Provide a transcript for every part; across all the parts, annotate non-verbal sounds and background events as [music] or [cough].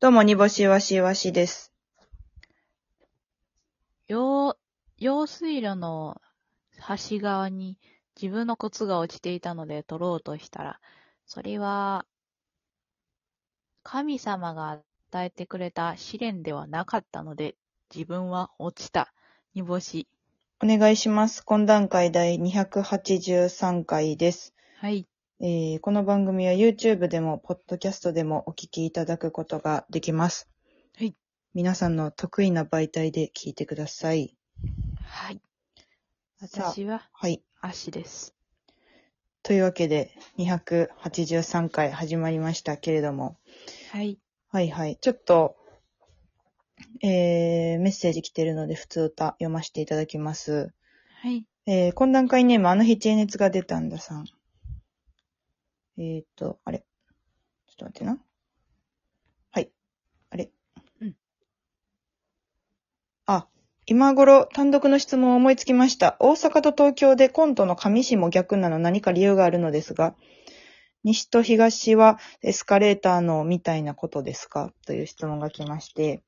どうも、煮干しわしわしです。用、用水路の端側に自分の靴が落ちていたので取ろうとしたら、それは、神様が与えてくれた試練ではなかったので、自分は落ちた。煮干し。お願いします。懇談会第283回です、はい。えーこの番組は YouTube でも、ポッドキャストでもお聞きいただくことができます。はい。皆さんの得意な媒体で聞いてください。はい。さあ私ははい。足です。というわけで、283回始まりましたけれども、はい。はいはい。ちょっと、えー、メッセージ来てるので、普通歌読ませていただきます。はい。えー、懇談会ネーム、あの日知恵熱が出たんださん。えー、っと、あれ。ちょっと待ってな。はい。あれ。うん。あ、今頃、単独の質問を思いつきました。大阪と東京でコントの上市も逆なの何か理由があるのですが、西と東はエスカレーターのみたいなことですかという質問が来まして。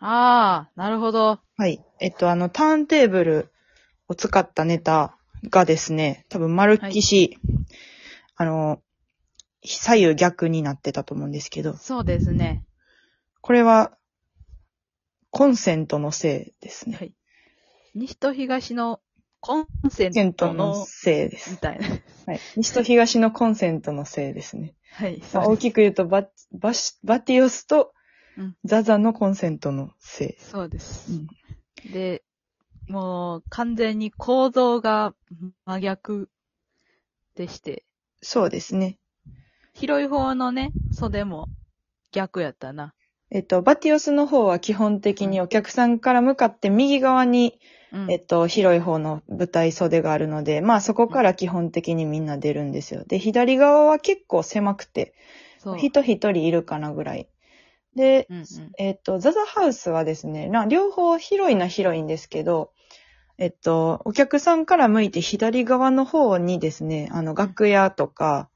あー、なるほど。はい。えっと、あの、ターンテーブルを使ったネタがですね、多分丸っきし、あの、左右逆になってたと思うんですけど、そうですね。これは、コンセントのせいですね。はい。西と東のコンコセンセンントトのの、せいでみす。たいな。はい。西と東のコンセントのせいですね。はい。まあそう大ですきく言うとバ、バシ、バティオスとうんザザのコンセントのせい。そうです。うんで、もう完全に構造が真逆でして、そうですね。広い方のね、袖も逆やったな。えっと、バティオスの方は基本的にお客さんから向かって右側にうんえっと、広い方の舞台袖があるので、まあそこから基本的にみんな出るんですよ。で、左側は結構狭くて、そう。人一人いるかなぐらい。で、うんうんえっと、ザザハウスはですね、な両方広いな広いんですけど、えっと、お客さんから向いて左側の方にですね、あの、楽屋とか、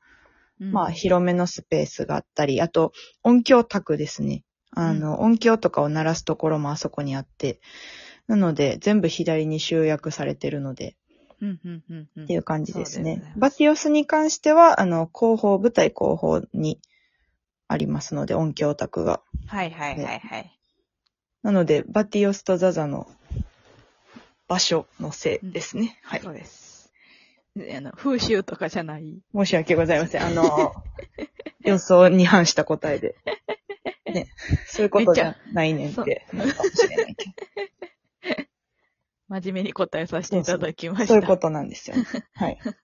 うんまあ、広めのスペースがあったり、あと、音響卓ですね。あの、音響とかを鳴らすところもあそこにあって、なので、全部左に集約されてるので、うんうんうんうんっていう感じですそうねで。すねバティオスに関しては、あの、後方、舞台後方にありますので、音響卓が。はいはいはいはい。なので、バティオスとザザの場所のせいですね。はい。そうです。であの、風習とかじゃない。申し訳ございません。あの、 [laughs] 予想に反した答えで。ね。そういうことじゃないねんって、なるかもしれないけ [laughs] 真面目に答えさせていただきましど。た。そういうことなんですよ。 [laughs] はい。そう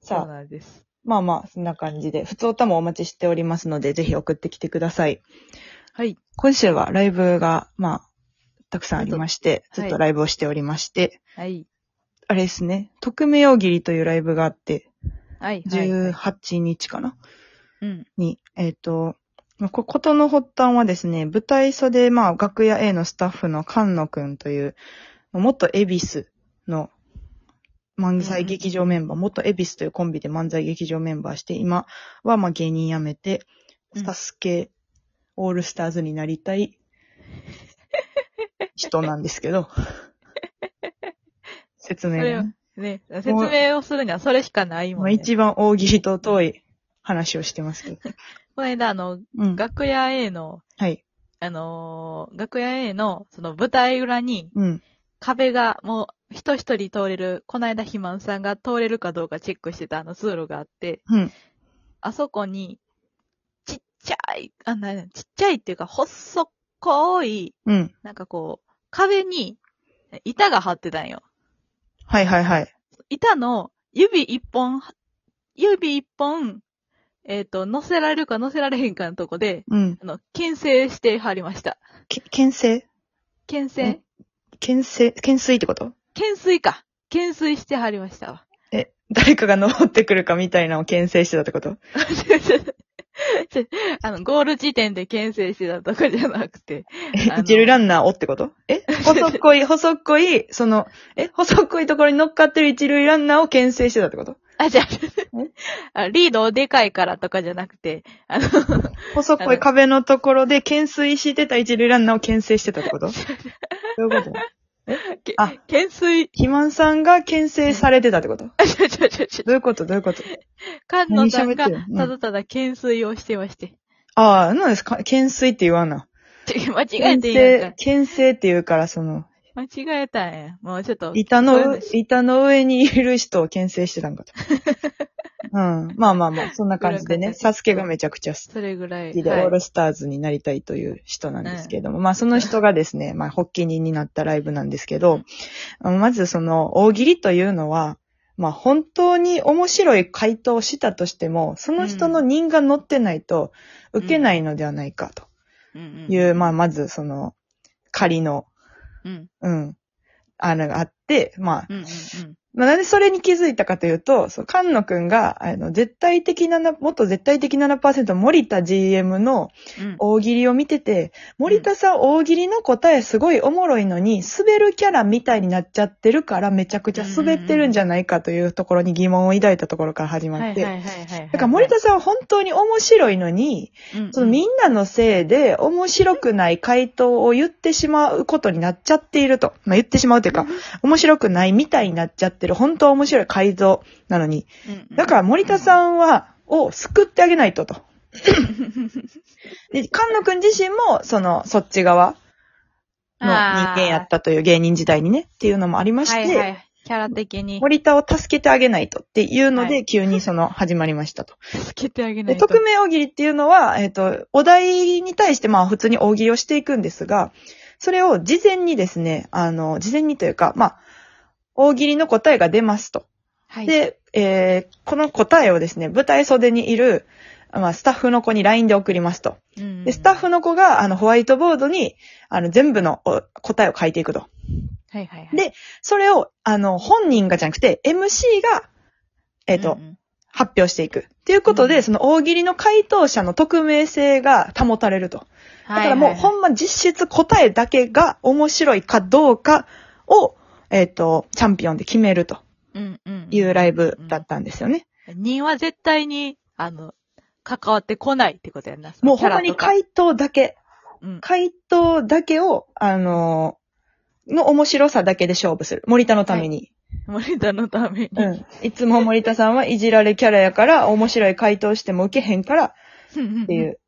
さあ、なんです。まあまあ、そんな感じで、普通歌もお待ちしておりますので、ぜひ送ってきてください。はい。今週はライブが、まあ、たくさんありまして、ずっずっとはいとライブをしておりまして、はい。あれですね、匿名大喜利というライブがあって、はい。はい。 18日かな、うん。に、えっ、と、まあこことの発端はですね、舞台袖、まあ、楽屋 A のスタッフの菅野くんという、元恵比寿の漫才劇場メンバー、元恵比寿というコンビで漫才劇場メンバーして、今はまあ芸人辞めて、うんサスケオールスターズになりた [laughs] い人なんですけど、説明それがはね、ね、説明をするにはそれしかないもまあ、んね。一番大喜利と遠い話をしてますけど。この間、あの、うん。楽屋 A の、はい。あのー楽屋 A の、その舞台裏に、うん。壁が、もう、人一人通れる、この間、ひまんさんが通れるかどうかチェックしてたあの通路があって、うん。あそこに、ちっちゃい、あ、な、ちっちゃいっていうか、細っこい、うん。なんかこう、壁に、板が張ってたんよ。はいはいはい。板の、指一本、指一本、えっ、と、乗せられるか乗せられへんかのとこで、うん。あの、牽制してはりました。け、牽制牽制牽制懸垂ってこと懸垂か。懸垂してはりましたわ。 [laughs] え、誰かが登ってくるかみたいなのを牽制してたってことあの、ゴール地点で牽制してたとかじゃなくて。えあの一塁ランナーをってことえ細 [laughs] っこい、細っこい、その、え、細っこいところに乗っかってる一塁ランナーを牽制してたってことあ、じゃあ、あリードでかいからとかじゃなくて、あの、細っこい壁のところで懸垂してた一塁ランナーを牽制してたってことそういうことけあ懸垂、肥満さんが牽制されてたってことどあ、ちょちょちょちょ、ういうことどういうこと菅野さんが何喋ってんのただただ懸垂をしてまして。ああ、なんですか懸垂って言わんな。ちょ間違え牽ていいの制か、。牽制って言うから、その、間違えたんや。もうちょっと。板そうので、す板の上にいる人を牽制してたんか [laughs] と。うん。まあまあまあ、そんな感じでね、裏方サスケがめちゃくちゃ好それぐらい。きで、はいオールスターズになりたいという人なんですけれども、まあその人がですね、まあ、発起人になったライブなんですけど、あのまずその、大喜利というのは、まあ本当に面白い回答をしたとしても、その人の人が乗ってないと、うん受けないのではないかとうんいう、まあまずその、仮の、うん。うん。うん、あれがあって、まあ、うん。うんうん。まあ、なんでそれに気づいたかというと、そう、菅野くんが、あの、絶対的な、もっと絶対的7%、森田 GM のうん。大喜利を見てて、森田さん大喜利の答えすごいおもろいのに、滑るキャラみたいになっちゃってるから、めちゃくちゃ滑ってるんじゃないかというところに疑問を抱いたところから始まはっいて、はいはいはい。だから森田さんは本当に面白いのに、うん、そのみんなのせいで面白くない回答を言ってしまうことになっちゃっていると。まあ、言ってしまうというか、面白くないみたいになっちゃってる、本当は面白い改造なのに。うんだから森田さんは、を救ってあげないとと。で、菅野くん自身も、その、そっち側の人間やったという芸人時代にね、っていうのもありまして、はいはい。キャラ的に。森田を助けてあげないとっていうのはで、急にその、始まりま [laughs] したと。助けてあげなで、いと。匿名大喜利っていうのは、えっ、と、お題に対してまあ普通に大喜利をしていくんですが、それを事前にですね、あの、事前にというか、まあ、大喜利の答えが出ますと。はい、で、えーこの答えをですね、舞台袖にいる、まあ、スタッフの子に LINE で送りますと。うんで、スタッフの子が、あの、ホワイトボードに、あの、全部のお答えを書いていくと。はいはいはい。でそれを、あの、本人がじゃなくて、MC が、えっ、と、うんうん発表していく。ということで、うんその大喜利の回答者の匿名性が保たれると。だはかいらはいはもいうほんま実質答えだけが面白いかどうかを、えっ、と、チャンピオンで決めるとうんうん。いうライブだったんですよね。人は絶対に、あの、関わってこないってことやんな。もうほんまにか回い答だけ、うん。回答だけを、あのーの面白さだけで勝負する。森田のために。森田のために。うん。いつも森田さんはいじられキャラやから、面白い回答しても受けへんからっていう。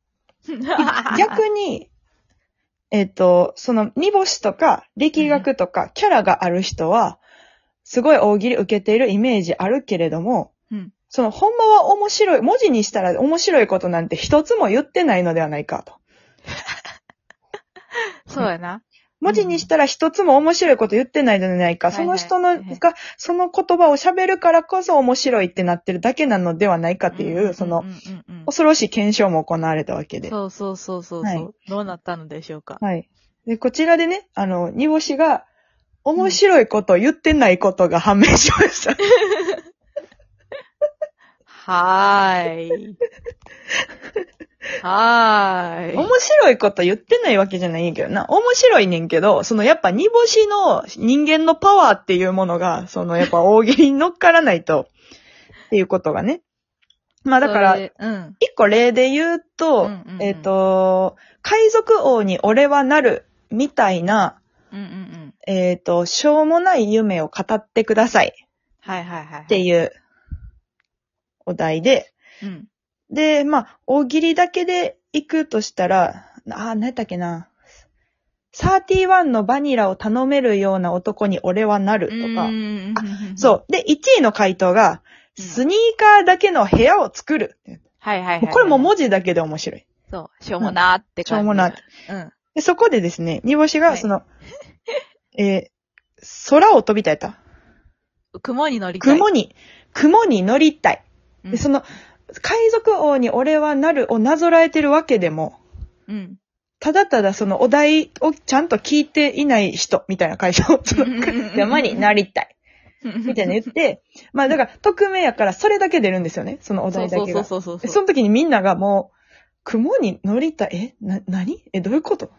うん。逆に、えっ、と、その、煮干しとか、力学とか、キャラがある人は、すごい大喜利受けているイメージあるけれども、うんその、ほんまは面白い、文字にしたら面白いことなんて一つも言ってないのではないかと。そうやな。文字にしたら一つも面白いこと言ってないのではないか。はいその人の、はいはいが、その言葉を喋るからこそ面白いってなってるだけなのではないかっていう、そのう、んうんうんうん恐ろしい検証も行われたわけで。そうそうそうそうそう、はいどうなったのでしょうか。はい。で、こちらでね、あの、煮干しが、面白いこと、言ってないことが判明しました。は [laughs] ーい。はーい。面白いこと言ってないわけじゃないんやけどな。面白いねんけど、そのやっぱ煮干しの人間のパワーっていうものが、そのやっぱ大喜利に乗っからないと、っていうことがね。まあだから、それ、うん。一個例で言うと、うんうんうんえっ、と、海賊王に俺はなる、みたいな、うんうんうん。えっ、と、しょうもない夢を語ってください。はいはいはい。っていうお題で、うん。で、まあ、大喜利だけで行くとしたら、あー、何やったっけな。31のバニラを頼めるような男に俺はなるとか。かう。そう。で、1位の回答が、うんスニーカーだけの部屋を作る。はいはいはい。もうこれも文字だけで面白い。そう、しょうもなーって感じ。うんしょうもなーってうん。でそこでですね、煮干しはが、いその、 [laughs] えー空を飛びたいと。雲に乗りたい。雲に、雲に乗りたい。うんで、その、海賊王に俺はなるをなぞらえてるわけでも、うん。ただただそのお題をちゃんと聞いていない人みたいな会社を、そのうんうんうんうん山になりたい。みたいな言って、まあだから匿名やからそれだけ出るんですよね、そのお題だけが。そうそうそうでそう。その時にみんながもう、雲に乗りたい、え、な、何え、どういう [laughs] こと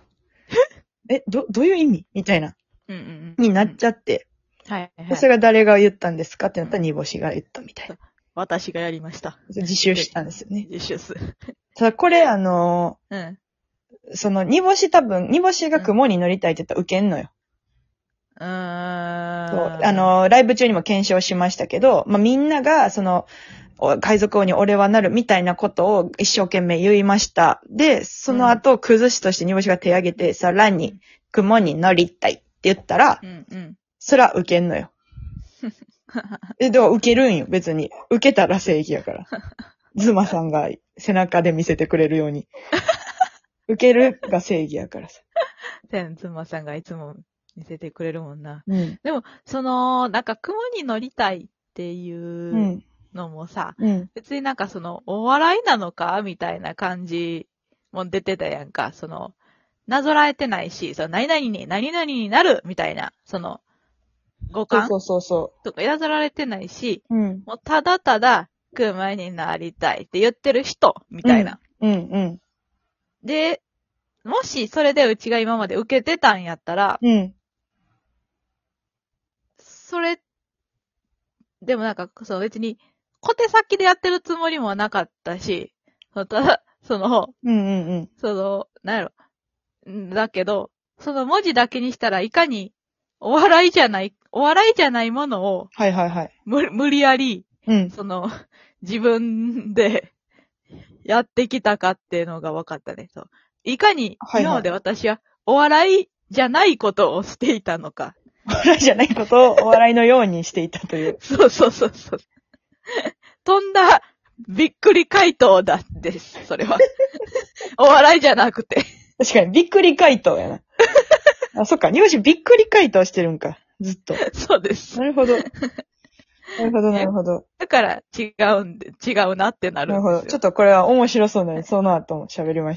え、ど、どういう意味みたいな、うんうんうんになっちゃって、はいはい。でそれが誰が言ったんですかってなったら煮干しが言ったみたいな。私がやりました。自習したんですよね。実習数。ただこれあの、うん。その、煮干し多分、煮干しが雲に乗りたいって言ったら受けんのよ。うーん。そうあ、の、ライブ中にも検証しましたけど、まあ、みんなが、その、お海賊王に俺はなるみたいなことを一生懸命言いました。で、その後、崩しとして煮干しが手挙げて、さらに、雲に乗りたいって言ったらう、んうん。そら受けんの [laughs] よ。え、でも受けるんよ、別に。受けたら正義や [laughs] から。ズマさんが背中で見せてくれるように。受けるが正義やからさ。てん、妻さんがいつも見せてくれるもんな。うん。。その、なんか雲に乗りたいっていううんのもさ、うん。別になんかその、お笑いなのかみたいな感じも出てたやんか。その、なぞらえてないし、その、何々に、何々になるみたいな、その、五そう感そうそうそとか、なぞられてないし、う。うん。もうただただ、熊になりたいって言ってる人、みたいな。うんうん。で、もしそれでうちが今まで受けてたんやったら、うん。それ、でもなんか、そう別に、小手先でやってるつもりもなかったし、そのただ、その、うんうんうん。その、なんやろ。んだけど、その文字だけにしたらいかに、お笑いじゃない、お笑いじゃないものを、はいはいはい。む、無理やり、うん。その、 [laughs] 自分で、 [laughs] やってきたかっていうのが分かったね。そう。いかに、はいはい今まで私は、お笑いじゃないことをしていたのか。お笑いじゃないことをお笑いのようにしていたという。そうそうそうそう。 [laughs] 飛んだ、びっくり回答だ、です。そ [laughs] れは。お笑いじゃなくて。確かに、びっくり回答や [laughs] な。あ、そっか、入試びっくり回答してるんか。ずっと。そうですな。るほど。なるほど、なるほど。だから、違うんで、違うなってななるるんですほよど。ちょっとこれは面白そうなので、その後も喋りましょう。